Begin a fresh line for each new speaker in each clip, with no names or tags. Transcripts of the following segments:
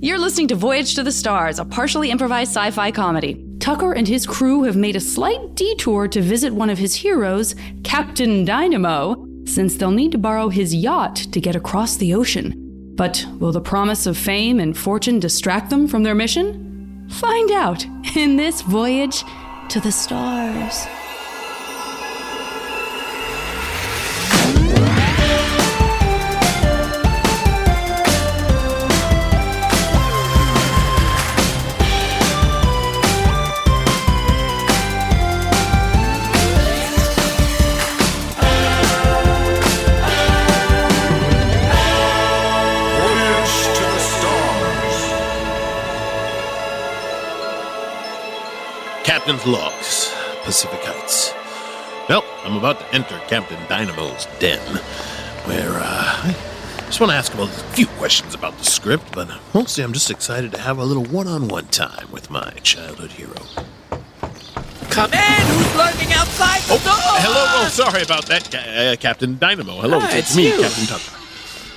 You're listening to Voyage to the Stars, a partially improvised sci fi comedy. Tucker and his crew have made a slight detour to visit one of his heroes, Captain Dynamo, since they'll need to borrow his yacht to get across the ocean. But will the promise of fame and fortune distract them from their mission? Find out in this voyage to the stars.
Voyage to the stars.
Captain's logs, Pacific Heights. Well, I'm about to enter Captain Dynamo's den, where uh, I just want to ask him a few questions about the script, but mostly I'm just excited to have a little one-on-one time with my childhood hero.
Come in! Who's lurking outside the door?
Hello, oh, sorry about that, Ca- uh, Captain Dynamo. Hello,
Ah,
it's,
it's
me,
you.
Captain Tucker.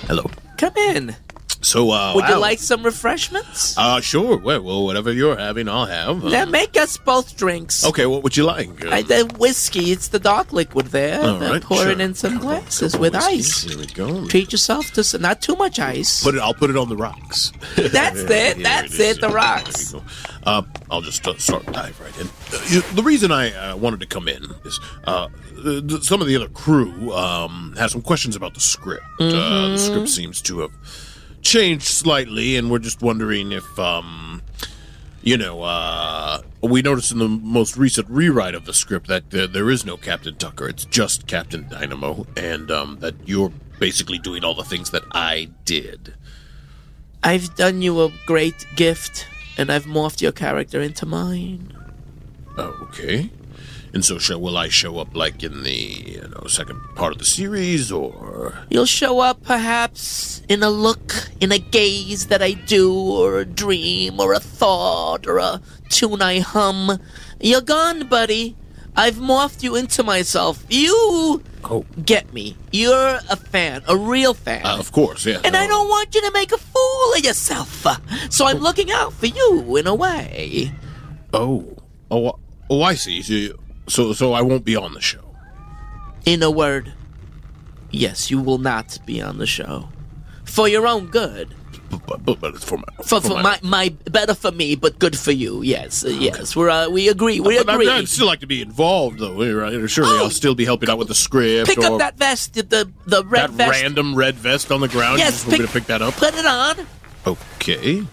Hello.
Come in.
So, uh,
Would you
wow.
like some refreshments?
Uh, sure. Well, well, whatever you're having, I'll have. Uh,
then make us both drinks.
okay, what would you like? Uh,
I, the whiskey, it's the dark liquid there.
all
Then
right,
pour it
sure.
in some
Couple-
glasses
couple
with
whiskeys.
ice.
Here we go.
Treat yourself to some, not too much ice.
Put it. I'll put it on the rocks.
That's
Here
it. That's
is.
it. The rocks.
There you go. Uh, I'll just uh, start dive right in. Uh, you, the reason I uh, wanted to come in is uh, th- th- some of the other crew um, have some questions about the script.
Mm-hmm.
Uh, the script seems to have changed slightly, and we're just wondering if. Um, you know, uh, we noticed in the most recent rewrite of the script that there, there is no Captain Tucker. It's just Captain Dynamo, and um, that you're basically doing all the things that I did.
I've done you a great gift, and I've morphed your character into mine.
Oh, okay. And so, shall, will I show up like in the you know second part of the series, or
You'll show up perhaps in a look, in a gaze that I do, or a dream, or a thought, or a tune I hum. You're gone, buddy. I've morphed you into myself. You
oh,
get me. You're a fan, a real fan.
uh, of course, yeah.
and I
no.
don't want you to make a fool of yourself. So I'm looking out for you in a way.
Oh, oh, oh, I see. So- So, so I won't be on the show.
In a word, yes, you will not be on the show. For your own good.
But, but, but, but it's for my
for, for my, my better for me, but good for you. Yes, uh, yes, we're uh, we agree. We
But I
agree.
mean, I'd still like to be involved, though. eh, Right? Surely
Oh!
I'll still be helping out with the script.
Pick
or
up that vest, the- the the
that
red vest.
random red vest on the ground.
Yes,
you just want me to pick that up.
Put it on.
Okay.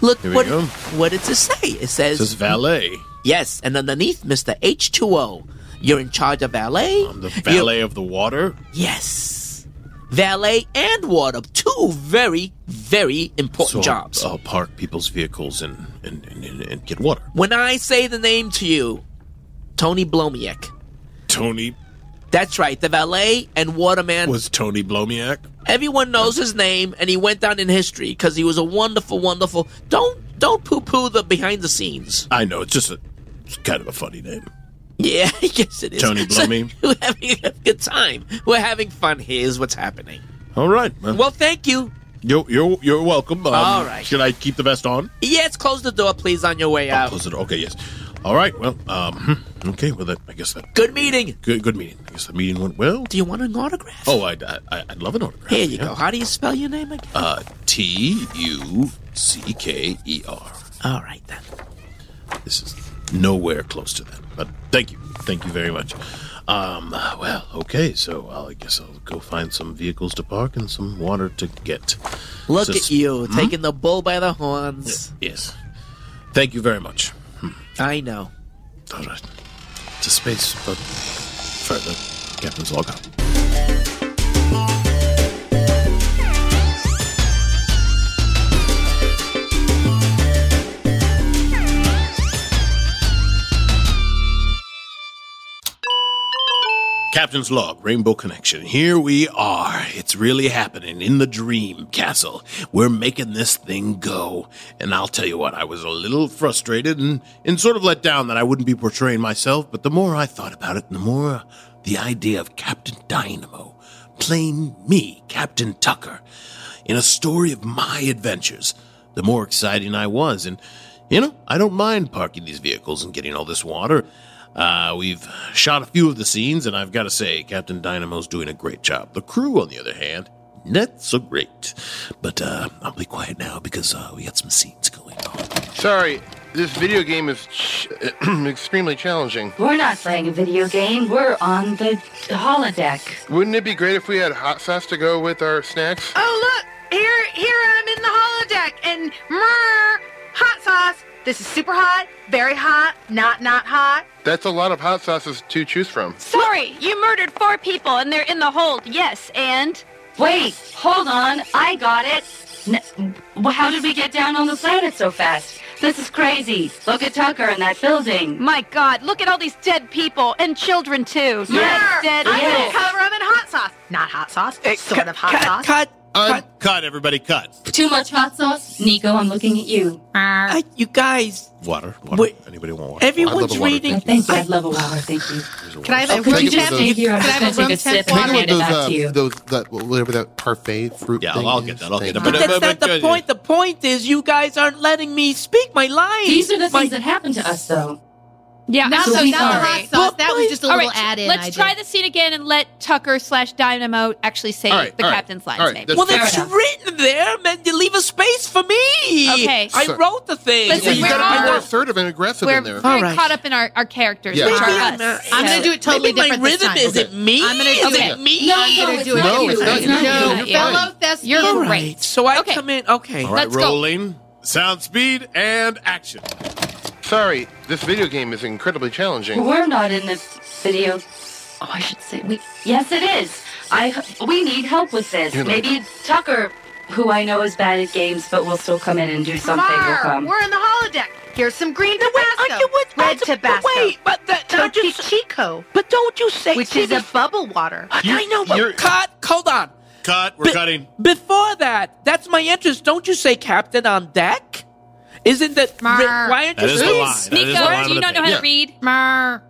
Look
Here we
what
go.
what does it say? It says
It says valet.
yes, and underneath Mister H two O, you're in charge of valet.
I'm the
You're-
valet of the water.
yes, valet and water, two very very important
So uh, I'll-
jobs.
I'll, park people's vehicles and and, and, and and get water.
When I say the name to you, Tony Blomiek.
Tony
That's right, the valet and waterman
was Tony Blomiak.
Everyone knows his name, and he went down in history because he was a wonderful, wonderful. Don't don't poo poo the behind the scenes.
I know it's just a it's kind of a funny name.
Yeah, I guess it is.
Tony
So,
Blumey.
we're having a good time. We're having fun. Here's what's happening.
All right, well,
Well, thank you.
you're you're you're welcome. Um,
All right.
should I keep the vest on?
Yes, close the door, please, on your way out.
Oh, Close it. Okay, yes. All right. Well, um, hmm, okay. Well, that, I guess that
Good meeting.
good good meeting. I guess the meeting went well.
Do you want an autograph?
Oh, I I I'd love an autograph.
Here you
yeah.
go. How do you spell your name again?
Uh, T U C K E R.
All right then.
This is nowhere close to that. But thank you. Thank you very much. Um, well, okay, so I'll, I guess I'll go find some vehicles to park and some water to get.
Look
Sus-
at you taking the bull by the horns.
Yes. Thank you very much.
I know.
All right. To space, but further. Captain's log out. Captain's log, Rainbow Connection. Here we are. It's really happening in the dream castle. We're making this thing go. And I'll tell you what, I was a little frustrated and, and sort of let down that I wouldn't be portraying myself, but the more I thought about it, the more the idea of Captain Dynamo playing me, Captain Tucker, in a story of my adventures the more exciting I was. And, you know, I don't mind parking these vehicles and getting all this water. Uh, we've shot a few of the scenes, and I've got to say, Captain Dynamo's doing a great job. The crew, on the other hand, not so great. But uh, I'll be quiet now because uh, we got some scenes going on.
Sorry, this video game is ch- extremely challenging.
We're not playing a video game. We're on the holodeck.
Wouldn't it be great if we had hot sauce to go with our snacks?
Oh look, here, here I'm in the holodeck, and mer hot sauce. This is super hot, very hot, not not hot.
That's a lot of hot sauces to choose from.
Sorry, you murdered four people and they're in the hold. Yes, and
Wait, hold on. I got it. N- well, how did we get down on the planet so fast? This is crazy. Look at Tucker in that building.
my God, look at all these dead people and children too.
Yes,
Yes,
Mer,
dead.
I'm
yes.
gonna cover 'em in hot sauce. Not hot sauce, sort of hot sauce.
Cut,
Cut, cut, everybody, cut.
Too much hot sauce? Nico, I'm looking at you.
cut, you guys.
Water, water.
Wait,
Anybody want water?
Everyone's
water,
No,
reading.
thank you. I'd love a water. Thank you.
Oh, Can I have a
Okay,
room
take it
temp?
with
Can
those.
Stay here. I'm
I
just
have a
going to
room
take a sip
Take
and
temp
it
water?
hand
with
it
those,
back
uh,
to you.
those that whatever that parfait fruit.
Yeah,
thing
I'll get
is.
that, I'll get
Thank
that.
you.
But, uh,
That's not the point. The point is, you guys aren't letting me speak my lines.
These are the
My-
things that happened to us, though.
Yeah,
Not
So
so
we
not
are.
hot sauce. That was just a
All
little
right,
add-in
let's
I
try
did.
the scene again and let Tucker slash Dynamo actually say
All right,
the
all right,
captain's lines.
all right,
maybe.
that's-
Well,
Fair
it's
enough.
written there, man. You leave a space for me.
Okay.
I
Sir.
wrote the thing.
Listen,
yeah, you
we're
gotta be
all-
more assertive and aggressive
We're
in there.
very
All right.
caught up in our, our characters,
Yeah.
which are
Maybe
us.
I'm not-
I'm gonna do it totally
Maybe my
different this
rhythm
time.
isn't me.
I'm gonna do
is
it.
it me?
No,
gonna
it's
do it.
not
No,
you.
it's not you.
you.
No,
You're
fellow Thespians.
All right.
great.
So I
Okay.
come in. Okay.
All right,
Let's go.
rolling. Sound speed and action.
Sorry, this video game is incredibly challenging.
We're not in this video. Oh, I should say we. Yes, it is. I. We need help with this.
You're like-
Maybe Tucker, who I know is bad at games, but will still come in and do something. will
Mar,
come.
we're in the holodeck. Here's some green
Wait,
Tabasco,
Underwood,
red
but
Tabasco,
Wait, but that, don't
Tochi
you,
Chico,
but don't you say
which is a
Stevie-
bubble water.
I know,
you're-
but cut. Hold on.
Cut, we're
Be-
cutting.
Before that, that's my interest. Don't you say captain on deck? Isn't that
Mar.
ri- why aren't
That
you
is the
saying
line. That is the
Nico,
line
do you
of
not know
the-
how
yeah.
to read?
Mer.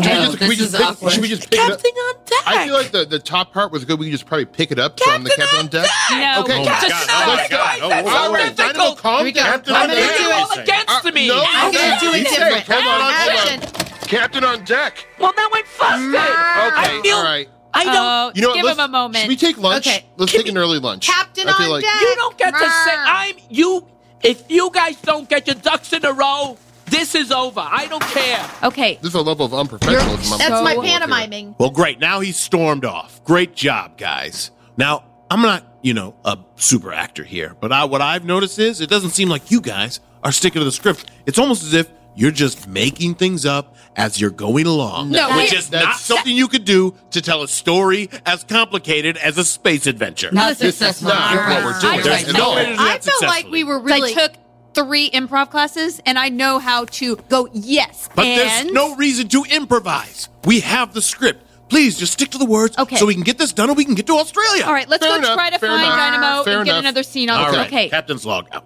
Can we
no,
just- can we
this is
just pick-
awkward.
Should we just pick it up?
captain on deck?
I feel like the, the top part was good. We could just probably pick it up from the
Captain
captain on deck.
No.
Okay,
Oh my
Captain
God,
on
oh my
deck.
God, oh,
That's
wow.
All
so
right, Dynamo,
difficult.
calm
Here we go.
down.
I'm gonna
Dynamo.
do
You're all
Listen.
against
Uh,
me.
no,
I'm gonna
Action.
do it
He said,
different.
hold on, hold on.
Action.
Captain on deck.
Well, now I'm flustered.
Mar.
Okay,
Uh, I feel.
all right.
I don't.
Oh,
You know what?
give
let's-
him a moment.
Should we take lunch?
Okay.
Let's
Can
take an early lunch.
Captain
I feel
on
like
deck.
You don't get to
Brr.
say I'm you. If you guys don't get your ducks in a row, this is over. I don't care.
Okay,
this is a level of unprofessionalism. I'm
That's my
comfortable with here.
pantomiming.
Well, great. Now he's stormed off. Great job, guys. Now, I'm not, you know, a super actor here, but I, what I've noticed is it doesn't seem like you guys are sticking to the script. It's almost as if you're just making things up as you're going along,
No,
which
that-
is
that's-
not something you could do to tell a story as complicated as a space adventure.
Not
This is
successful.
not
You're
what
right.
we're doing.
You're
There's
right.
no way to do that
I felt like we
successfully.
were
So
really.
I took three improv classes and I know how to go yes
But
and
there's no reason to improvise. We have the script. Please just stick to the words
Okay.
so we can get this done and we can get to Australia.
All right, let's
Fair
go
enough,
try to
fair
find
enough,
Dynamo
fair
and get
enough.
another scene on
All
the
right.
Okay.
Captain's log out.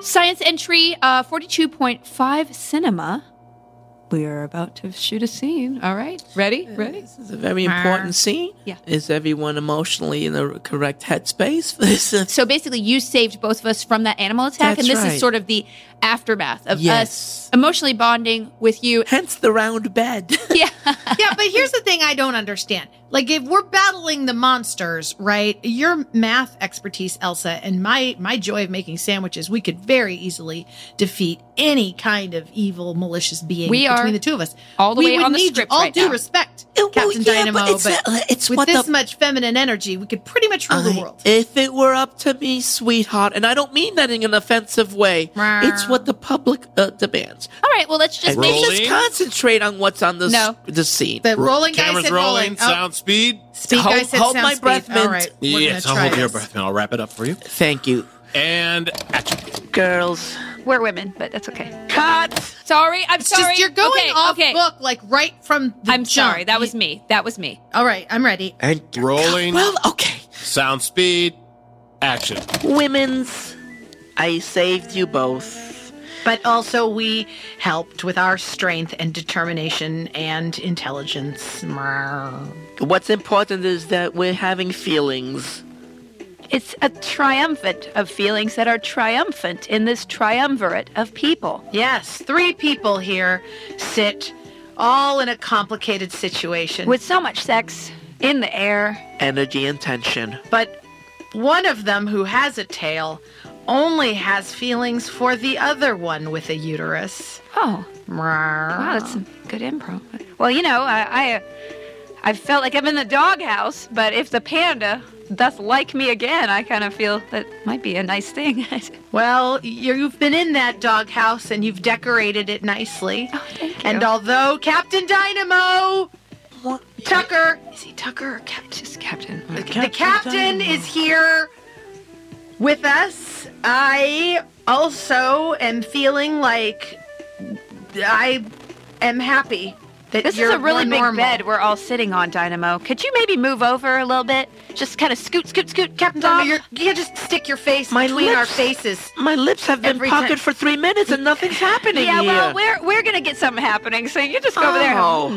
Science entry uh, 42.5 cinema.
We are about to shoot a scene. All right. Ready? Ready?
This is a very important scene.
Yeah.
Is everyone emotionally in the correct headspace for this?
So basically, you saved both of us from that animal attack,
That's
and this
right.
is sort of the aftermath of
Yes.
us emotionally bonding with you.
Hence the round bed.
yeah.
yeah, but here's the thing I don't understand. Like if we're battling the monsters, right? Your math expertise, Elsa, and my my joy of making sandwiches, we could very easily defeat any kind of evil, malicious being
We are
between the two of us.
all the
we
way
would
on the
need
script
all
right
due
now.
respect,
Well,
Captain
yeah,
Dynamo,
but it's,
but
uh, it's
with
what
this
the-
much feminine energy, we could pretty much rule the
I-
world.
If it were up to me, sweetheart, and I don't mean that in an offensive way,
Rawr.
it's what the public uh, demands.
All right. Well, let's just
And let's
make
just
Rolling.
concentrate on what's on the,
No.
the scene.
the rolling guy
Cameras
said
rolling,
rolling.
sound speed.
oh, speak
Hold-
guy said
hold
sound
my
speed.
breath,
All
Mint.
right, we're
Yes, I'll
gonna try
hold your
this.
breath and I'll wrap it up for you.
Thank you.
And action.
Girls.
we're women, but that's okay.
Cut!
Sorry, I'm
It's
sorry.
just you're going
okay,
off
okay.
book like right from the
I'm
jump.
sorry. That was
You-
me. That was me.
All right, I'm ready.
And
Rolling.
Well, okay.
Sound speed. Action.
Women's. I saved you both.
but also we helped with our strength and determination and intelligence.
What's important is that we're having feelings.
It's a triumphant of feelings that are triumphant in this triumvirate of people.
Yes, three people here sit all in a complicated situation.
With so much sex in the air.
Energy and tension.
But one of them who has a tail only has feelings for the other one with a uterus.
Oh, wow,
Wow,
that's some good improv. Well, you know, I, I, I felt like I'm in the doghouse, but if the panda doth like me again, I kind of feel that might be a nice thing.
Well, you- you've been in that doghouse and you've decorated it nicely. Oh,
thank
And
you.
although Captain Dynamo, Tucker, is he Tucker or Captain?
Just Captain.
the captain is here with us. I also am feeling like I am happy that
This
you're
is a really
more
big
normal.
bed we're all sitting on, Dynamo. Could you maybe move over a little bit? Just kind of scoot, scoot, scoot, Captain
Dynamo,
Dog.
you're, you can't just stick your face
My
between our
lips-
faces.
My lips have been
Every
puckered
time-
for three minutes and nothing's happening
Yeah,
here.
well, we're we're gonna get something happening, so you just go over there.
Oh.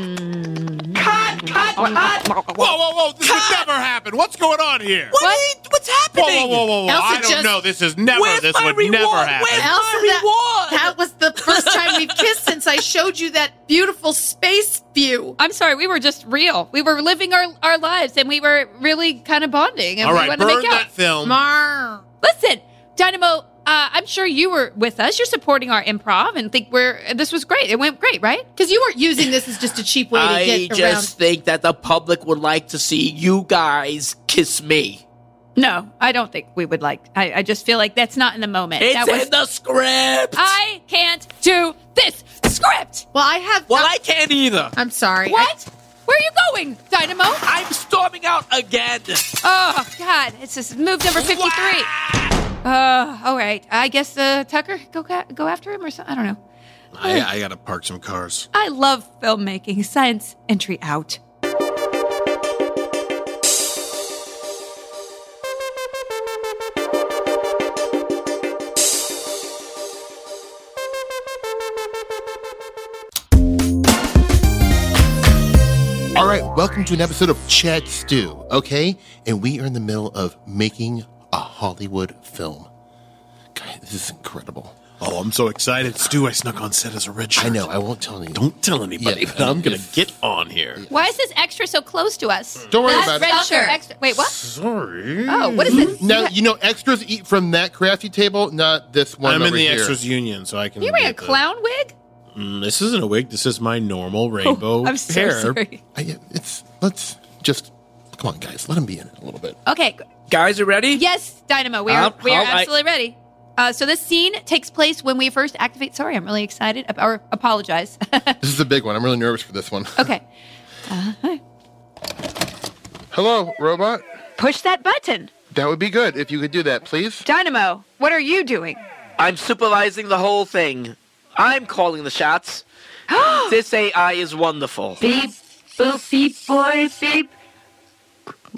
Cut, cut, cut.
Whoa, whoa, whoa! This would never happen. What's going on here?
What? What's
Whoa,
happening?
whoa, whoa, whoa! whoa.
Elsa
I don't
just-
know. This is never.
Where's
this
my
would
reward?
never happen.
Where's-
Elsa, that,
Reward.
that was the first time we've kissed since I showed you that beautiful space view.
I'm sorry, we were just real. We were living our, our lives and we were really kind of bonding and
All
we
right,
want to
burn
make out.
that film.
Mar.
Listen, Dynamo, uh, I'm sure you were with us. You're supporting our improv and think we're this was great. It went great, right?
Because you weren't using this as just a cheap way to
I
get
just
around.
think that the public would like to see you guys kiss me.
No, I don't think we would like. I, I just feel like that's not in the moment.
It's
that was.
in the script.
I can't do this script.
Well, I have.
well, I can't either.
I'm sorry.
What? Where are you going, Dynamo?
I'm storming out again.
Oh God, it's this move number fifty-three. Uh, all right. I guess uh, Tucker, go ca- go after him or something. I don't know.
I, I gotta park some cars.
I love filmmaking. Science entry out.
All right, welcome to an episode of Chad Stew, okay? And we are in the middle of making a Hollywood film. God, this is incredible.
Oh, I'm so excited, Stu! I snuck on set as a red shirt.
I know, I won't tell you.
Don't tell anybody,
Yeah,
but I'm gonna
if-
get on here.
Why is this extra so close to us?
Don't worry
That's
about it. Mm-hmm.
red shirt. Extra. Wait, what?
Sorry.
Oh, what is this?
No, you know, extras eat from that crafty table, not this one.
I'm in
over
the
here.
extras union, so I can.
You wearing a
get the-
clown wig?
Mm, this isn't a wig. This is my normal rainbow
I'm so
hair.
sorry.
I, yeah, it's let's just come on, guys. Let him be in it a little bit.
Okay.
Guys, you ready?
Yes, Dynamo. We are
Um,
we are
all right.
absolutely ready. Uh, so this scene takes place when we first activate. Sorry, I'm really excited. ab- Or apologize.
This is a big one. I'm really nervous for this one.
okay.
Hello, robot.
Push that button,
That would be good if you could do that, please.
Dynamo. What are you doing?
I'm supervising the whole thing. I'm calling the shots. this AI is wonderful.
Beep, boop, beep, boy, beep.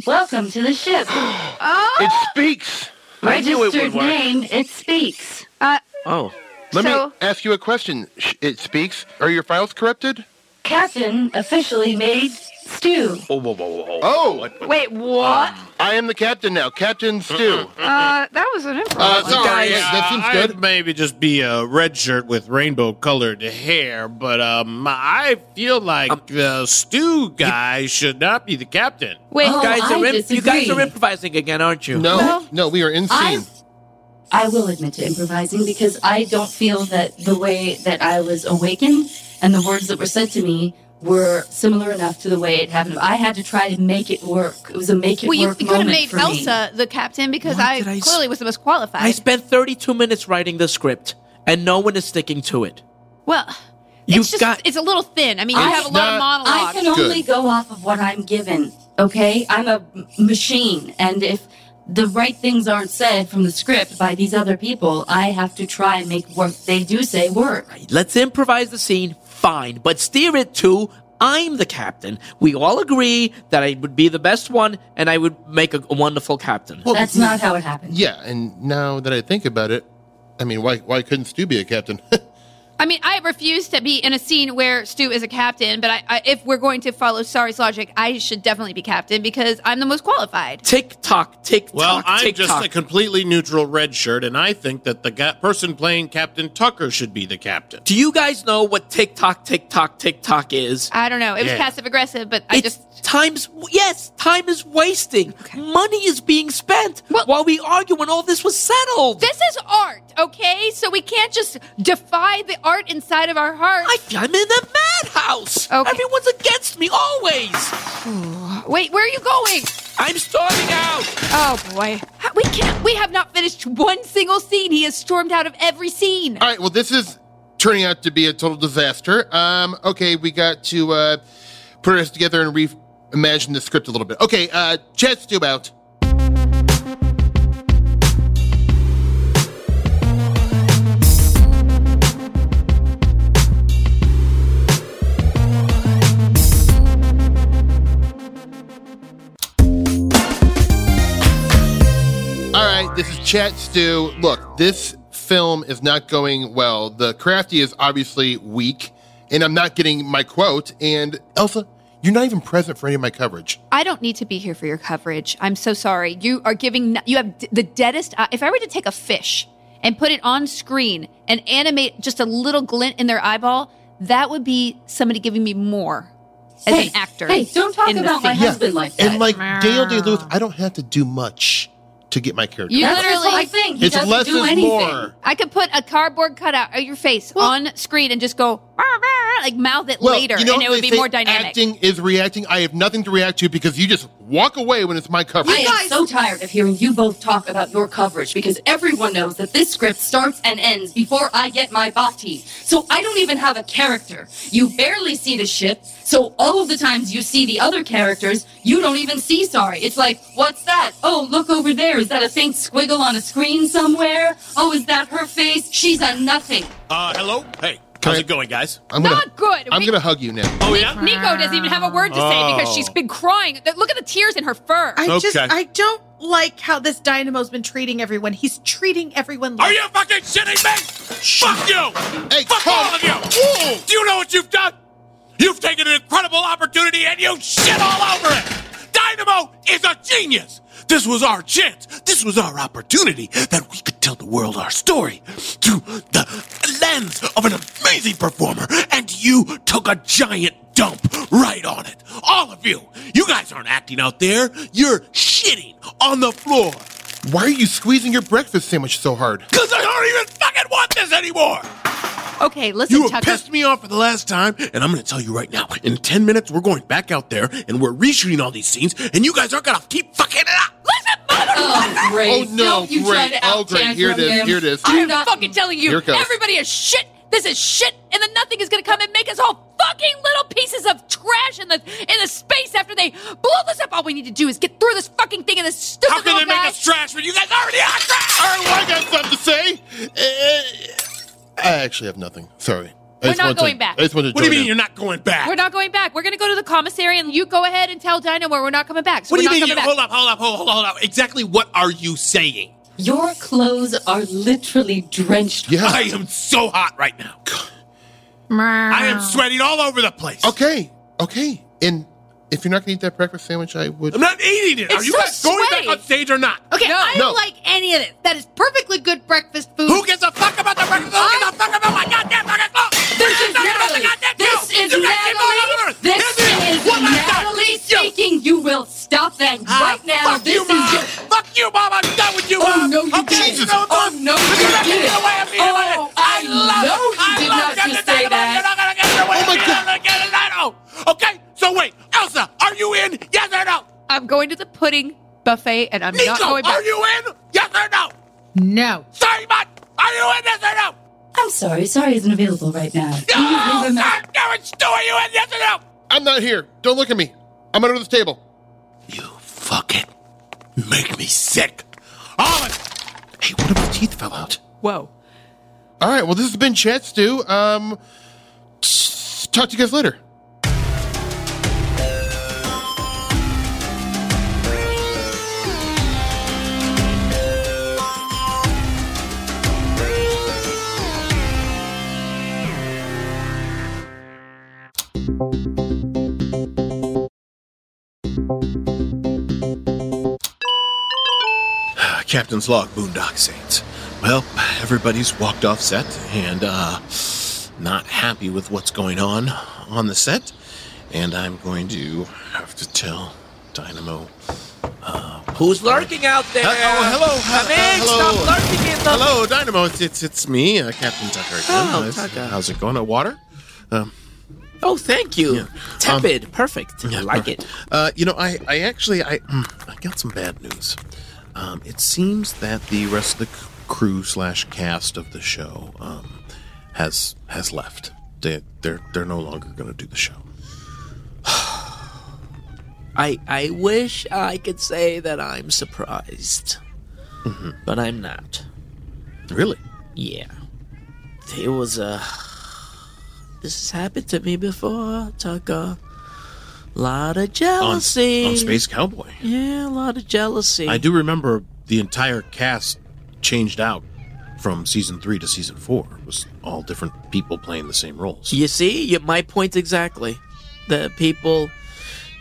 Welcome to the ship.
It speaks.
I knew it would
Registered
work.
name, it speaks.
Uh,
Oh.
Let
So-
me ask you a question. Sh- It speaks. Are your files corrupted?
Captain officially made stew.
Whoa, whoa, whoa, whoa, whoa.
Oh,
wait, what?
I am the captain now, Captain Stew.
Uh, that was an
Uh,
improv.
sorry,
Guys,
that- that seems good.
I'd uh, maybe just be a red shirt with rainbow colored hair, but um, I feel like
Um,
the stew guy should not be the captain.
Wait.
Oh,
guys
I
are imp- you guys are
disagree.
improvising again, aren't you?
No, no, we are in
I,
scene.
I will admit to improvising because I don't feel that the way that I was awakened and the words that were said to me were similar enough to the way it happened. I had to try to make it work. It was a make it
Well, you,
work
you could have
moment
made
for me.
Elsa the captain because
Why
I,
did I s-
clearly was the most qualified.
I spent 32 minutes writing the script, and no one is sticking to it.
well,
You
it's just
got-
it's a little thin. I mean, you
I-
have a lot of
Not-
I
monologues.
can only go off of what I'm given. Okay, I'm a m- machine, and if the right things aren't said from the script by these other people, I have to try and make what they do say work.
Let's improvise the scene, fine, but steer it to I'm the captain. We all agree that I would be the best one, and I would make a, a wonderful captain.
Oh,
Well,
That's not how it happened.
Yeah, and now that I think about it, I mean, why why couldn't Stu be a captain?
I mean, I refuse to be in a scene where Stu is a captain, but I, I, if we're going to follow Sari's logic, I should definitely be captain because I'm the most qualified.
Tick tock, tick
Well,
tock,
I'm
tick
just
tock.
a completely neutral red shirt, and I think that the ga- person playing Captain Tucker should be the captain.
Do you guys know what tick tock, tick tock, tick tock is?
I don't know. It was
Yeah.
passive aggressive, but I
It's
just
times yes, time is wasting. Money is being spent while we argue when all this was settled.
this is art, okay? So we can't just defy the art inside of our hearts.
I'm in the madhouse. Everyone's against me always.
Wait, where are you going?
I'm storming out.
Oh boy, How- we can't. We have not finished one single scene. He has stormed out of every scene.
All right. Well, this is turning out to be a total disaster. Um, okay, we got to uh, put us together and reimagine the script a little bit. Okay, uh, Chad Stu out. All right, this is Chat Stew. Look, this film is not going well. The crafty is obviously weak, and I'm not getting my quote. And Elsa, you're not even present for any of my coverage.
I don't need to be here for your coverage. I'm so sorry. You are giving. You have d- the deadest. Eye. If I were to take a fish and put it on screen and animate just a little glint in their eyeball, that would be somebody giving me more as
Hey,
an actor.
hey, don't talk
in the
about my
scene.
husband like that.
And like Daniel Day Lewis, I don't have to do much to get my character.
You
That's
literally.
his whole thing. He
it's
doesn't
less
do
is
anything.
more.
I could put a cardboard cutout of your face on screen and just go "Rah, rah," like mouth it later,
you know
and it
what
would
they
be
say?
more dynamic.
Acting is reacting. I have nothing to react to because you just walk away when it's my coverage.
I am so tired of hearing you both talk about your coverage because everyone knows that this script starts and ends before I get my bhakti. So I don't even have a character. You barely see the ship, so all of the times you see the other characters, you don't even see sorry. It's like, what's that? Oh, look over there. Is that a faint squiggle on a screen somewhere? Oh, is that her face? She's a nothing.
Uh, hello? Hey, how's it going, guys?
I'm gonna,
Not good.
I'm
We-
gonna hug you now.
Oh, yeah?
Nico doesn't even have a word to say because
Oh.
she's been crying. Th- Look at the tears in her fur.
I just
Okay.
I don't like how this dynamo's been treating everyone. He's treating everyone like
Are you fucking shitting me? Fuck you!
Hey,
Fuck
Carl.
all of you! Do you know what you've done? You've taken an incredible opportunity and you shit all over it! Dynamo is a genius! This was our chance. This was our opportunity that we could tell the world our story through the lens of an amazing performer, and you took a giant dump right on it. All of you! You guys aren't acting out there, you're shitting on the floor!
Why are you squeezing your breakfast sandwich so hard?
Because I don't even fucking want this anymore!
okay, listen,
You have
Tucker.
pissed me off for the last time, and I'm going to tell you right now. In 10 minutes, we're going back out there and we're reshooting all these scenes, and you guys aren't going to keep fucking it up.
Listen, motherfucker!
Oh, great.
Oh, no,
Don't you
great.
Try to
Oh, great. Here it
out-tantrum
is.
him.
Here it is.
I'm
I'm not
fucking telling you,
Here it goes.
everybody is shit. This is shit, and then nothing is gonna come and make us all fucking little pieces of trash in the in the space after they blow this up. All we need to do is get through this fucking thing in this stupid
How can they
little
make
guy.
us trash when you guys already are trash?
All right, well, I got something to say. Uh, I actually have nothing. Sorry. I
We're
just
not
wanted
going
to,
back.
I just wanted to
What do you
join
mean
in.
you're not going back?
We're not going back. We're gonna go to the commissary, and you go ahead and tell Dinah where we're not coming back. So
what do
we're
you
not
mean? You,
coming back.
hold up, hold up, hold, hold, hold up. Exactly what are you saying?
Your clothes are literally drenched.
Yeah.
I am so hot right now. I am sweating all over the place.
Okay. Okay. And if you're not going to eat that breakfast sandwich, I would.
I'm not eating it.
It's
are you
so
guys going
sweaty.
back on stage or not?
Okay, I
No.
don't like any of this. That is perfectly good breakfast food.
Who gives a fuck about the record? Who gives a fuck about my goddamn record?
This is Natalie. This is Natalie. This is Natalie speaking. You will stop that
Ah,
right now.
Fuck
This
you,
is
mom.
your.
Fuck you, mom. I'm done with you,
Oh
mom.
no, you
okay,
didn't.
so
Oh no, you
you're not gonna
didn't.
get away with me,
Oh,
Evelyn.
I
I love
know you
I
did
love
not
Captain
just say
Dynamo.
that.
You're not gonna get away
Oh,
with
my
me.
God.
You're not gonna get it out. Okay, so wait, Elsa, are you in? Yes or no?
I'm going to the pudding buffet, and I'm not
Nico,
Oh,
going back.
are you in? Yes or no?
No.
Sorry, bud. Are you in? Yes or no?
I'm sorry. Sorry isn't available right now. Can you leave a
No.
message?
I'm going. Stu, are you in? Yes or no?
I'm not here. Don't look at me. I'm under this table.
You fucking make me sick. Olive!
Hey, one of my teeth fell out.
Whoa.
All right. Well, this has been Chat Stew. Um, s- talk to you guys later.
Uh, Captain's log, Boondock Saints. Well, everybody's walked off set and uh, not happy with what's going on on the set, and I'm going to have to tell Dynamo. Uh,
Who's lurking out there?
Uh, oh, hello.
Come
uh,
in,
hello.
stop lurking in the.
Hello, Dynamo. It's it's, it's me, uh, Captain Tucker. Again.
Oh,
How's-
Tucker.
How's it going? Uh, water? Um,
Oh, thank you.
Yeah. Um,
Tepid, perfect.
yeah,
I like
perfect.
it.
Uh, you know, I, I actually I mm, I got some bad news. Um, it seems that the rest of the c- crew slash cast of the show um, has has left. They they're they're no longer going to do the show.
I I wish I could say that I'm surprised,
Mm-hmm.
but I'm not.
Really?
Yeah, it was Uh, this has happened to me before, Tucker. Lot of
On, on
jealousy.
Space Cowboy.
Yeah, a lot of jealousy.
I do remember the entire cast changed out from season three to season four. It was all different people playing the same roles.
You see, you, my point exactly. The people,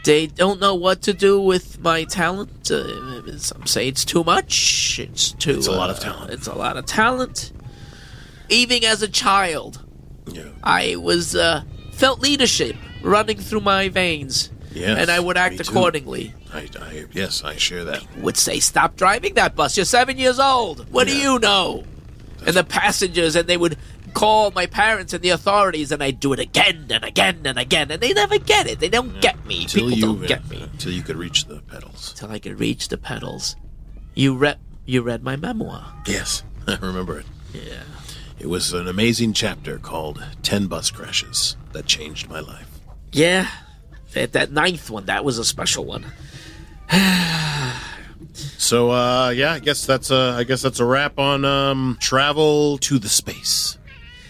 they don't know what to do with my talent. Uh, some say it's too much. It's too.
It's a lot of
uh,
talent.
It's a lot of talent. Even as a child,
Yeah.
I was uh, felt leadership running through my veins.
Yes,
and I would
me
act
too.
accordingly.
I, I yes, I share that.
Would say, "Stop driving that bus. You're seven years old. What do
Yeah.
you know?" and the passengers, and they would call my parents and the authorities, and I'd do it again and again and again, and they never get it. They don't get me.
Till
People
you
don't get me
Till you could reach the pedals.
till I could reach the pedals. You read, you read my memoir.
Yes, I remember it.
Yeah.
It was an amazing chapter called 10 Bus Crashes that changed my life.
Yeah, that, that ninth one, that was a special one.
So uh yeah, I guess that's uh I guess that's a wrap on um travel to the space.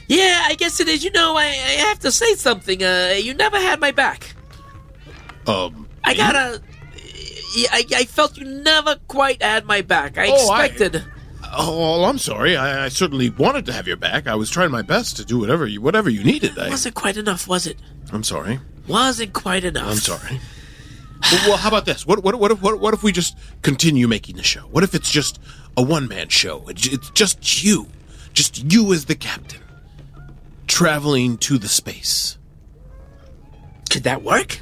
Yeah, I guess it is. You know, I, I have to say something. Uh, you never had my back.
Um
I gotta. yeah, I, I felt you never quite had my back. I
Oh, I-
expected.
Oh, I'm sorry. I, I certainly wanted to have your back. I was trying my best to do whatever you whatever you needed. I,
Wasn't quite enough, was it?
I'm sorry.
Wasn't quite enough.
I'm sorry. well, well, how about this? What what what if, what what if we just continue making the show? What if it's just a one man show? It's it's just you, just you as the captain, traveling to the space.
Could that work?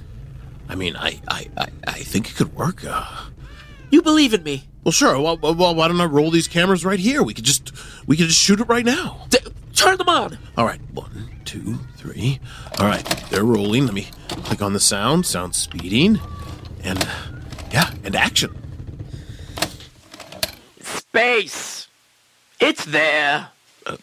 I mean, I I I, I think it could work. Uh,
You believe in me.
well, sure. Well, well, well, why don't I roll these cameras right here? We could just we could just shoot it right now.
D- turn them on.
All right, one, two, three. All right, they're rolling. Let me click on the sound. Sound speeding, and yeah, and action.
Space. It's there. Uh,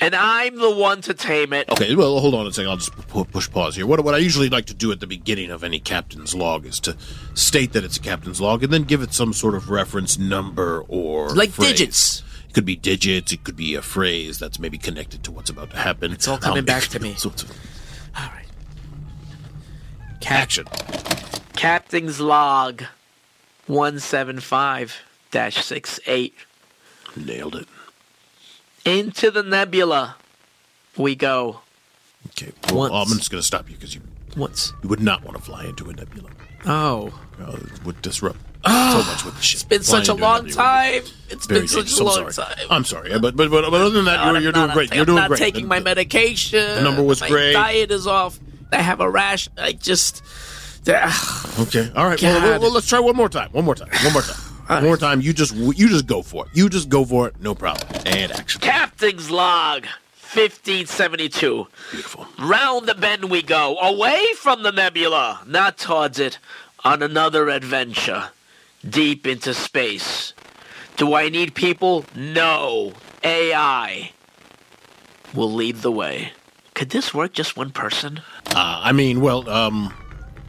And I'm the one to tame it.
Okay, well, hold on a second. I'll just pu- push pause here. What, what I usually like to do at the beginning of any captain's log is to state that it's a captain's log and then give it some sort of reference number or.
Like
phrase.
digits.
It could be digits, it could be a phrase that's maybe connected to what's about to happen. Um, It's
all coming back to me.
Sorts of
All right.
action.
Captain's log 175 68.
Nailed it.
Into the nebula we go.
Okay, well,
Once.
I'm just going to stop you because you,
Once.
you would not want to fly into a nebula.
Oh.
Uh, it would disrupt so much with the ship.
Ah, It's been such a
Flying into
long
nebula would be
time. It's
very
been such
dangerous.
a
I'm sorry.
long
Uh,
time.
I'm sorry, but, but, but, but other than that,
God,
you're,
I'm
you're doing
not-
great.
I'm
You're doing
not
great.
taking my
And-
medication.
the number was
my
great.
diet is off. I have a rash. I just.
Okay. All right. Well,
God.
well, well, let's try one more time. One more time. One more time. One more time. You just you just go for it. You just go for it. No problem. And action.
Captain's log 1572.
Beautiful.
Round the bend we go, away from the nebula, not towards it, on another adventure, deep into space. Do I need people? No. AI will lead the way. Could this work just one person?
Uh, I mean, well, um,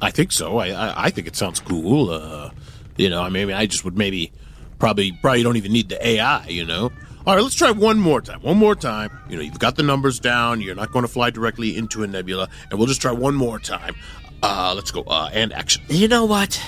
I think so. I I, I think it sounds cool. Uh, you know, I mean, I just would maybe probably probably don't even need the AI. You know. All right, let's try one more time. One more time. You know, you've got the numbers down. You're not going to fly directly into a nebula, and we'll just try one more time. Uh, let's go. Uh, and action.
You know what?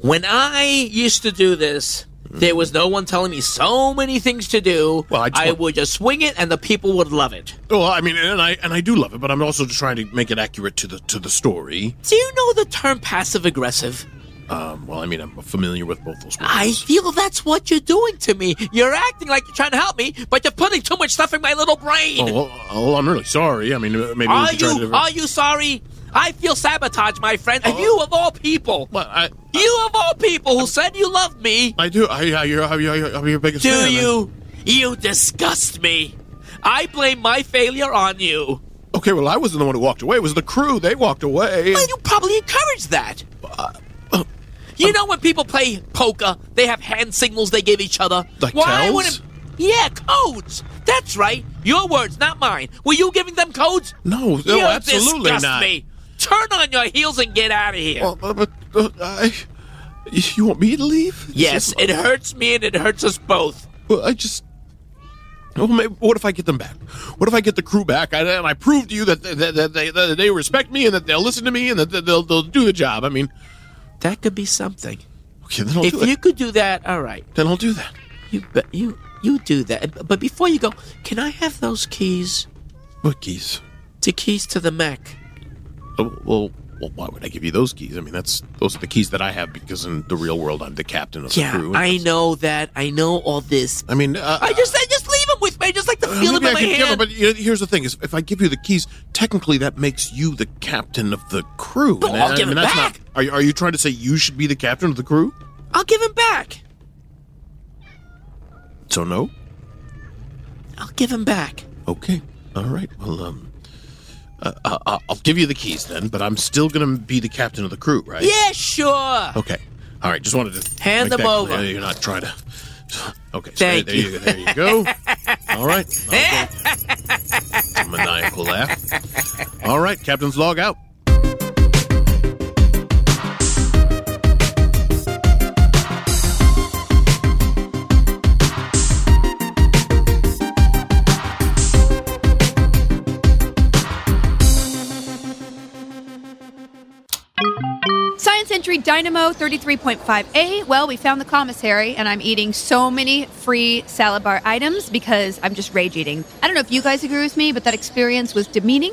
When I used to do this, There was no one telling me so many things to do.
Well, I just want-
would just swing it, and the people would love it.
Well, I mean, and I and I do love it, but I'm also just trying to make it accurate to the to the story.
Do you know the term passive aggressive?
Um, well, I mean, I'm familiar with both those. Words.
I feel that's what you're doing to me. You're acting like you're trying to help me, but you're putting too much stuff in my little brain.
Oh, well, oh, I'm really sorry. I mean, uh, maybe we
are
should try
you
to.
are you sorry? I feel sabotage, my friend. And you of all people,
Oh. Well, I,
you of all people who said you loved me,
I do. I, I, you're, I, I, I'm your biggest fan. I-
do you? You disgust me. I blame my failure on you.
Okay, well, I wasn't the one who walked away. It was the crew. They walked away.
Well, you probably encourage that.
Uh,
You know when people play poker, they have hand signals they give each other.
Like tells?
Yeah, codes. That's right. Your words, not mine. Were you giving them codes?
No, no,
you
absolutely
disgust
not.
Me. Turn on your heels and get out of here.
Well, but, but uh, I, you want me to leave? uh,
yes, it hurts me and it hurts us both.
Well, I just. Well, maybe, what if I get them back? What if I get the crew back and, and I prove to you that, that, that, they, that they respect me and that they'll listen to me and that they'll, they'll do the job? I mean,
That could be something.
okay, then I'll
If
do
you
it.
could do that, all right.
Then I'll do that.
You bet you you do that. But before you go, can I have those keys?
What keys?
The keys to the Mac.
Oh, well, well, why would I give you those keys? I mean, that's those are the keys that I have because in the real world, I'm the captain of the
Yeah,
crew.
I know that. I know all this.
I mean, uh,
I just I just leave them with me. I just like to
Uh,
feel
maybe
them in
I
my
could give
hand.
them, but you know, here's the thing: is if I give you the keys, technically that makes you the captain of the crew.
But
And
I'll
I- I
give
mean,
it
that's
back.
Not, are, you- are you trying to say you should be the captain of the crew?
I'll give him back.
So no.
I'll give him back.
Okay. All right. Well, um, uh, uh, uh, I'll give you the keys then, but I'm still gonna be the captain of the crew, right?
Yeah, sure.
Okay. All right. Just wanted to
Hand
make
them
that
over.
clear. You're not trying to. Okay. So
Thank
there, you. There you go. All right. I'll go. It's a maniacal laugh. All right. Captain's log out.
Science entry Dynamo 33.5A. Well, we found the commissary, and I'm eating so many free salad bar items because I'm just rage eating. I don't know if you guys agree with me, but that experience was demeaning.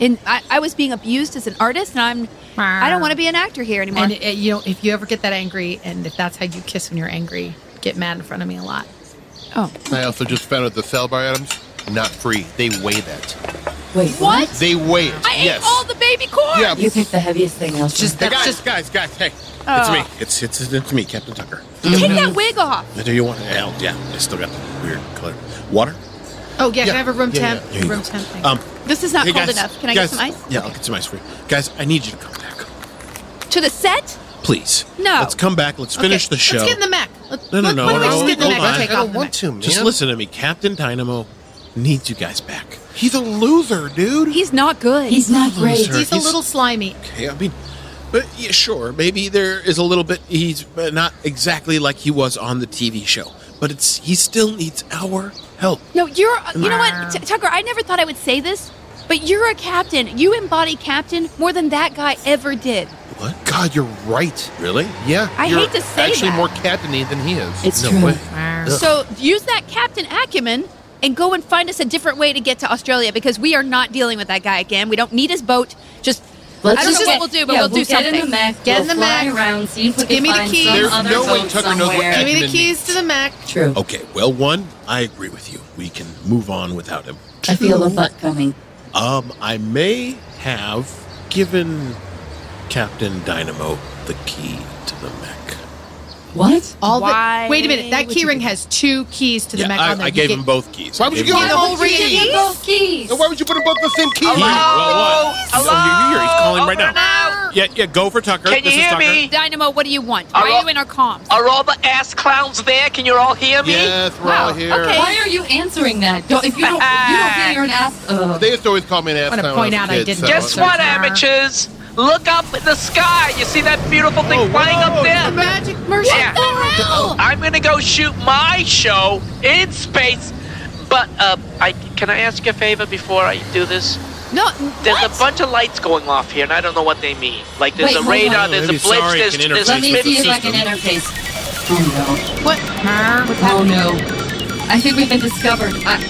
And I, I was being abused as an artist, and I'm I don't want to be an actor here anymore.
And uh, you know, if you ever get that angry, and if that's how you kiss when you're angry, get mad in front of me a lot.
oh,
I also just found out the sell bar items not free. They weigh that.
Wait,
what?
They weigh it.
I
yes.
ate all the baby corn.
yeah.
You picked the heaviest thing else.
Just
Hey, guys,
that's just
guys, guys, hey.
It's
Oh.
me. It's, it's it's me, Captain Tucker.
Mm-hmm.
Take that wig off.
Do you want hell? Yeah, I still got the weird color. Water?
oh yeah, can
Yeah,
I have a room
yeah,
temp?
Here you
Room
go.
temp thing.
Um,
This is not
hey
cold
guys,
enough. Can I
guys,
get some ice?
Yeah, I'll get some ice for you. Guys, I need you to come back,
To the set?
please.
No.
let's come back. Let's finish the show.
Let's get in the Mac. Let's,
No, no, no,
Why don't we
no,
just get in the
hold
Mac
on.
and take
I
off
don't
the
want
Mac?
to, man.
Just listen to me, Captain Dynamo needs you guys back.
He's a loser, dude.
He's not good.
He's not
Lose
great.
her.
He's a
He's-
little slimy.
Okay, I mean, but yeah, sure, maybe there is a little bit. He's uh, not exactly like he was on the TV show, but it's he still needs our help.
No, you're. You know what, T- Tucker? I never thought I would say this, but you're a captain. You embody captain more than that guy ever did.
What?
God, you're right.
Really?
Yeah.
I
you're
hate to say
Actually,
that.
more captainy than he is.
It's
no
true.
Way.
So use that captain acumen and go and find us a different way to get to Australia because we are not dealing with that guy again. We don't need his boat. Just I don't know what we'll do, but
yeah,
we'll do
get in
something.
the Mac.
Get in
we'll
the
fly
Mac.
around, see if we
Give
can
me the
find
keys.
some
There's
other
no way
boat
Tucker knows what
somewhere.
Give me the
Edmund
keys to the Mac.
True.
Okay, well, one, I agree with you. We can move on without him.
I feel a butt coming.
Um, I may have given Captain Dynamo the key to the mech.
What?
All the-
Why
Wait a minute. That
would you
keyring has two keys to the Mac
I,
on there.
I
You
gave
get-
him both keys.
Why would you
Gave
give
him
him
whole
You
ring.
get both keys.
And why would you put them both in the same key?
He- well, what? Oh, you- you- he's calling right now. Yeah, yeah, go for Tucker.
Can you
this is
hear
Tucker.
me?
Dynamo, what do you want? Why
Hello?
are you in our comms?
Are all the ass clowns there? Can you all hear me?
Yes, we're all
Wow,
here.
okay.
Why are you answering that? Don't, if you don't, if you don't feel you're an ass. Oh. Ugh.
They used to always call me an ass.
I wanna
clown when
point
was a
out I
kid,
didn't
so-
Guess
Guess
what,
what,
Sorry.
amateurs? Look up in the sky. You see that beautiful thing
Oh,
flying
whoa.
up
The
there?
magic merchant.
Yeah. Oh,
Hell!
I'm gonna go shoot my show in space. But uh, I can I ask you a favor before I do this?
No,
There's
what?
a bunch of lights going off here, and I don't know what they mean. Like there's
Wait,
a
hold
radar,
on.
there's a
Maybe
blitz,
sorry
there's
can interface
there's a
Let me
with
see
mid-
if I can
system.
interface. Oh
What?
Oh no. I think we've been discovered. I,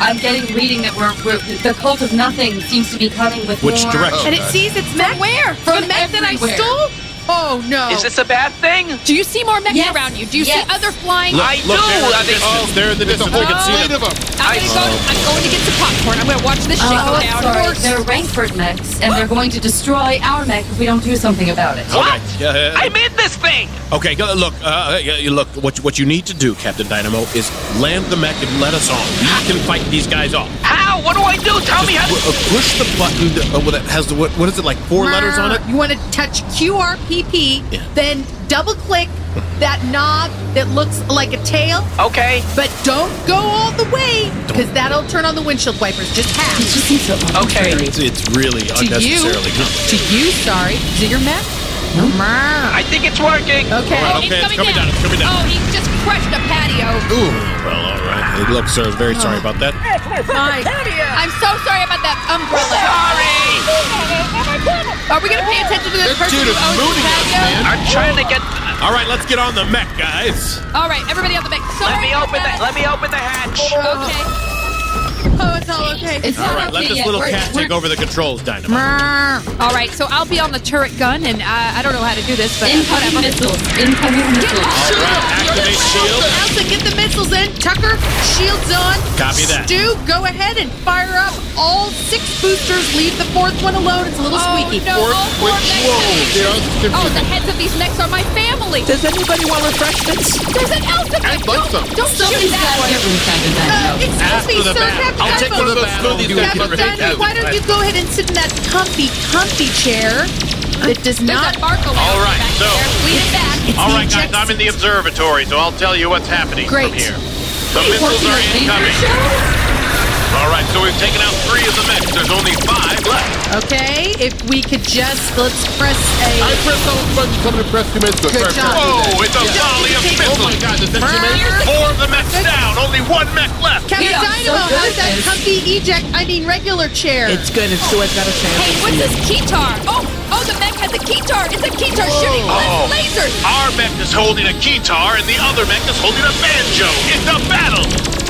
I'm getting reading that we're, we're the cult of nothing seems to be coming with
Which
more-
direction?
And it sees its mech.
Where?
The mech that I
everywhere.
stole? Oh no.
Is this a bad thing?
Do you see more mechs
Yes.
around you? Do you
Yes.
see other flying?
Look,
I
look, oh,
do,
They're in the
I think-
distance. They're in the
There's a
distance. I
whole
can see
plate
them.
of them.
I'm gonna go. I'm going to get some popcorn. I'm gonna watch this shit
Uh,
go
I'm
down.
sorry. They're Rankford mechs, and they're going to destroy our mech if we don't do something about it.
What?
Yeah, yeah, yeah.
I'm in this thing.
Okay, go- look, uh, yeah, you- look. What you- what you need to do, Captain Dynamo, is land the mech and let us on. We can fight these guys off.
How? What do I do? Tell me how.
Just
To...
pu- uh, push the button that, uh, that has the what, what is it like four letters on it?
You want to touch QRPP,
Yeah.
then double click that knob that looks like a tail,
Okay.
but don't go all the way because that'll turn on the windshield wipers. Just
It
half.
just seems so
Okay.
It's, it's really
To you.
unnecessarily
To
complicated.
you, sorry. Is it your mech?
I think it's working.
Okay.
All right, Hmm? okay, it's coming down, it's coming down.
Oh, he just crushed a patio.
Ooh. Well, all right. Hey, look, sir, very sorry about that.
Fine.
I'm so sorry about that umbrella.
Sorry.
Are we gonna pay attention to this
That
person
dude
who
is
owns the
mooning us,
patio?
man.
I'm trying to get.
All right, let's get on the mech, guys.
All right, everybody on the back. Sorry
Let me
about
open that.
that.
Let me open the hatch.
Okay.
Oh, it's all okay.
It's not
All right,
okay
let this
yet.
little
We're-
cat
we're-
take over the controls, Dynamo.
All right, so I'll be on the turret gun, and uh, I, I don't know how to do this, but
Incoming
whatever.
missiles. Incoming missiles.
All right, activate shield.
Elsa, get the missiles in. Tucker, shields on.
Copy that.
Stu, go ahead and fire up all six boosters. Leave the fourth one alone. It's a little squeaky.
Oh, no, all four
Which-
mechs
whoa,
have-
there are different-
Oh, the heads of these mechs are my family.
Does anybody want refreshments?
There's an Elsa mech.
like
Don't,
some.
don't shoot
Something's
that
got to
one.
get rid of Captain
Uh,
Dynamo.
excuse
After
me,
the
sir,
battle.
Captain
I'll take
Dynamo.
one of those smoothies that
Captain
you make
Dynamo,
out
why don't you go ahead and sit in that comfy, comfy chair that does
There's
not
a Barco
All right,
back
so-
there. Lean it back.
All
the
right, guys,
eject
I'm in the observatory, so I'll tell you what's happening
Great.
from here. The missiles are incoming. All right, so we've taken out three of the mechs. There's only five left.
Okay, if we could just let's press
I
a.
pressed all the buttons you told me to press two minutes ago.
Good
Sorry,
job.
sorry.
Oh, it's a volley of
Oh my
missiles.
god, is that two minutes?
Fire.
Four of the mechs down. Only one mech left.
Captain
We are so
Dynamo,
good
how's
at
that
this.
comfy eject? I mean, regular chair.
It's good. It's Sue. I've got a
Hey,
chance.
what's this keytar? Oh, oh, the mech has a keytar. It's a keytar shooting
Oh.
lasers.
Our mech is holding a guitar, and the other mech is holding a banjo. It's a battle.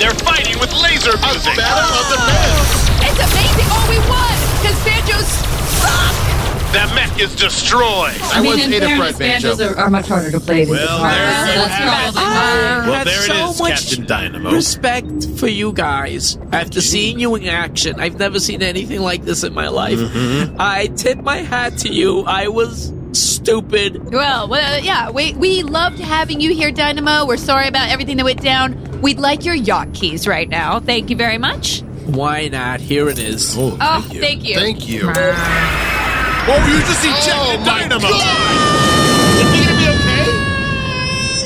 They're fighting with laser music.
Battle of the
Oh.
Mets.
It's amazing. Oh, we won because banjos suck.
That mech is destroyed.
I
mean,
was
in
ate a
fairness,
fried banjo.
banjos are, are much harder to play than
Well,
guitars,
there
so
you
that's
have it.
probably why.
I
Well,
have
there it
so
is,
much
Captain Dynamo.
Respect for you guys. After seeing you in action, I've never seen anything like this in my life. I tip my hat to you. I was stupid.
Well, well, uh, yeah. We we loved having you here, Dynamo. We're sorry about everything that went down. We'd like your yacht keys right now. Thank you very much.
Why not? Here it is.
Oh,
Oh, thank you.
Thank you.
Oh, you just ejected
Oh, my
Dynamo.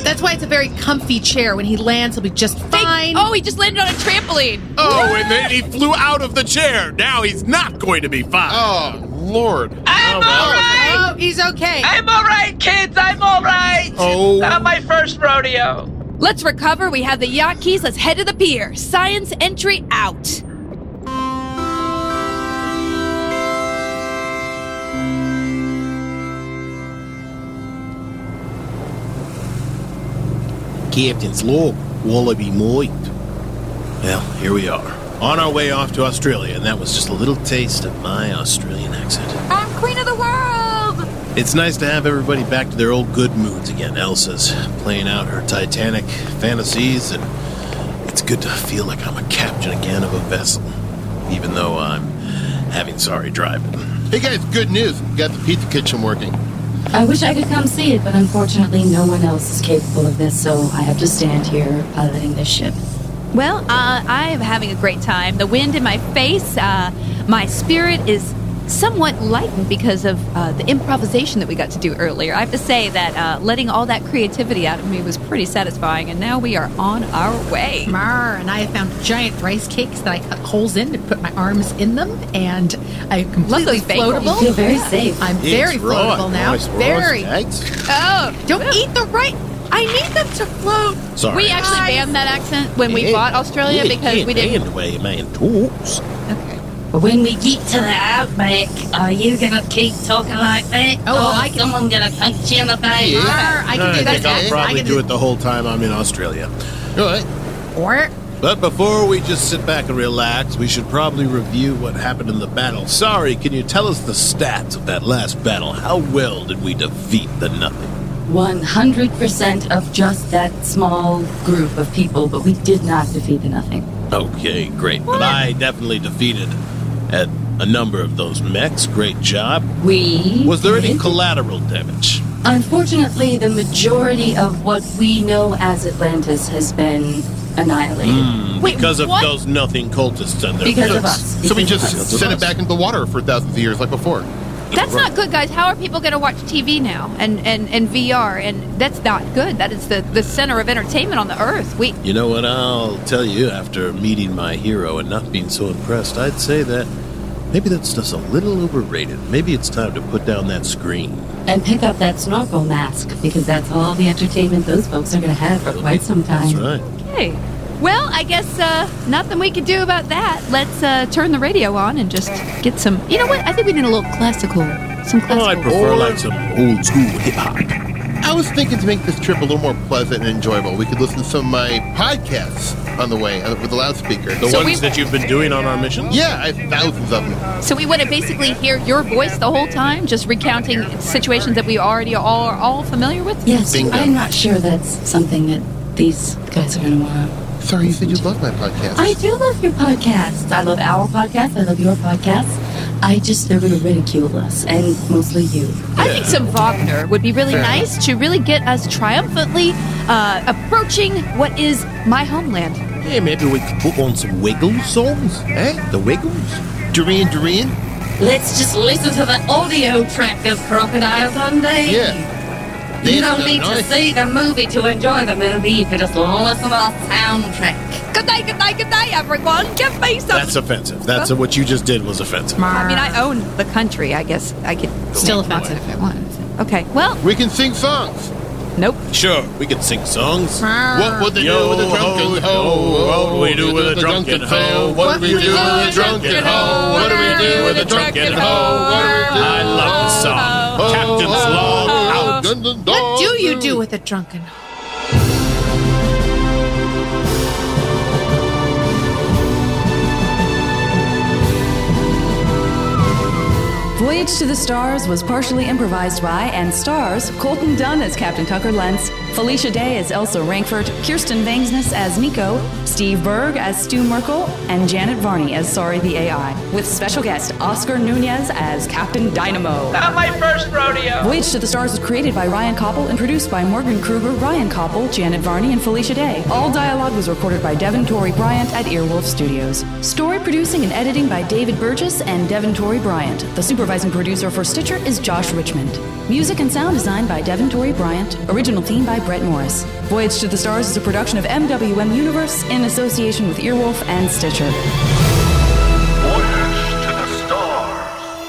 That's why it's a very comfy chair. When he lands, he'll be just
Thank-
fine.
Oh, he just landed on a trampoline.
Oh, and then he flew out of the chair. Now he's not going to be fine.
Oh, Lord.
I'm alright!
Oh, he's okay.
I'm alright, kids! I'm alright!
Oh.
Not my first rodeo.
Let's recover. We have the yacht keys. Let's head to the pier. Science entry out.
Captain's log, Wallaby Moit. Well, here we are. On our way off to Australia, and that was just a little taste of my Australian accent.
I'm queen of the world.
It's nice to have everybody back to their old good moods again. Elsa's playing out her Titanic fantasies, and it's good to feel like I'm a captain again of a vessel, even though I'm having sorry driving.
Hey guys, good news. We got the pizza kitchen working.
I wish I could come see it, but unfortunately, no one else is capable of this, so I have to stand here piloting this ship.
Well, uh, I am having a great time. The wind in my face. Uh, my spirit is somewhat lightened because of uh, the improvisation that we got to do earlier. I have to say that uh, letting all that creativity out of me was pretty satisfying, and now we are on our way.
Mar and I found giant rice cakes that I cut holes in and put my arms in them, and I'm completely
Love those bagels.
floatable.
You feel very safe.
I'm very floatable now. very.
Oh,
Don't eat the right. I need them to float.
Sorry.
we actually
Guys. Oh,
banned that accent when we bought Australia because we didn't.
way man talks.
Okay.
When we get to the outback, are you gonna keep talking like that?
Oh,
or
I
is someone gonna punch you in the face?
Yeah. I can do that.
think I'll probably do it the whole time I'm in Australia. All right.
Or
But before we just sit back and relax, we should probably review what happened in the battle. Sorry, can you tell us the stats of that last battle? How well did we defeat the nothing?
100% of just that small group of people, but we did not defeat the nothing.
Okay, great. But I definitely defeated at a number of those mechs. Great job.
We.
Was there any collateral damage?
Unfortunately, the majority of what we know as Atlantis has been annihilated.
Hmm, because of those nothing cultists and their
Because of
mechs.
us.
So we just sent it back into the water for thousands of years like before.
That's not good, guys. How are people going to watch TV now and, and, and VR? And that's not good. That is the, the center of entertainment on the earth. We
You know what? I'll tell you after meeting my hero and not being so impressed, I'd say that maybe that stuff's a little overrated. Maybe it's time to put down that screen.
And pick up that snorkel mask, because that's all the entertainment those folks are going to have for quite some time.
That's right.
okay. Well, I guess uh, nothing we could do about that. Let's uh, turn the radio on and just get some. You know what? I think we need a little classical. Some classical.
Oh, I prefer like some old school hip hop.
I was thinking to make this trip a little more pleasant and enjoyable, we could listen to some of my podcasts on the way uh, with the loudspeaker.
The
So
ones
we-
that you've been doing on our mission?
Yeah, I have thousands of them.
So we want to basically hear your voice the whole time, just recounting situations that we already all are all familiar with.
Yes,
Bingo.
I'm not sure that's something that these guys are going to want to.
Sorry, you said you love my podcast.
I do love your podcast. I love our podcast. I love your podcast. I just, they're going to ridicule us, and mostly you.
I think some Wagner would be really nice to really get us triumphantly uh, approaching what is my homeland.
Hey, maybe we could put on some Wiggles songs? Eh? The Wiggles?
Durian Durian?
Let's just listen to the audio track of Crocodile Dundee.
Yeah.
You
They
don't
don't
need
know
to
it.
see the movie to enjoy the movie. You can just listen to the soundtrack.
Good day, good day, good day, everyone. Give me some.
That's offensive. That's what you just did was offensive.
I mean, I own the country. I guess I could
Still
make lots
offensive.
if I want. Okay. Well,
We can sing songs.
nope.
Sure, we could sing songs.
What would they do
Yo,
with a drunken
ho,
ho?
what would we do with a drunken ho?
What do we do with a drunken ho? What do we do with a drunken ho?
I love the song. Captain's Log Out.
Oh,
what do you do with a drunken?
Voyage to the Stars was partially improvised by and stars Colton Dunn as Captain Tucker Lentz, Felicia Day as Elsa Rankfort, Kirsten Vangsness as Nico, Steve Berg as Stu Merkel, and Janet Varney as Sorry the AI, with special guest Oscar Nunez as Captain Dynamo.
Not my first rodeo.
Voyage to the Stars was created by Ryan Koppel and produced by Morgan Kruger, Ryan Koppel, Janet Varney, and Felicia Day. All dialogue was recorded by Devin Torrey Bryant at Earwolf Studios. Story producing and editing by David Burgess and Devin Torrey Bryant. The supervising producer for Stitcher is Josh Richmond. Music and sound design by Devin Torrey Bryant. Original theme by Brett Morris. Voyage to the Stars is a production of MWM Universe in association with Earwolf and Stitcher.
Voyage to the stars.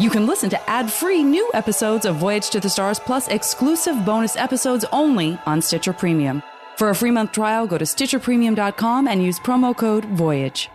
You can listen to ad-free new episodes of Voyage to the Stars plus exclusive bonus episodes only on Stitcher Premium. For a free month trial, go to stitcherpremium.com and use promo code VOYAGE.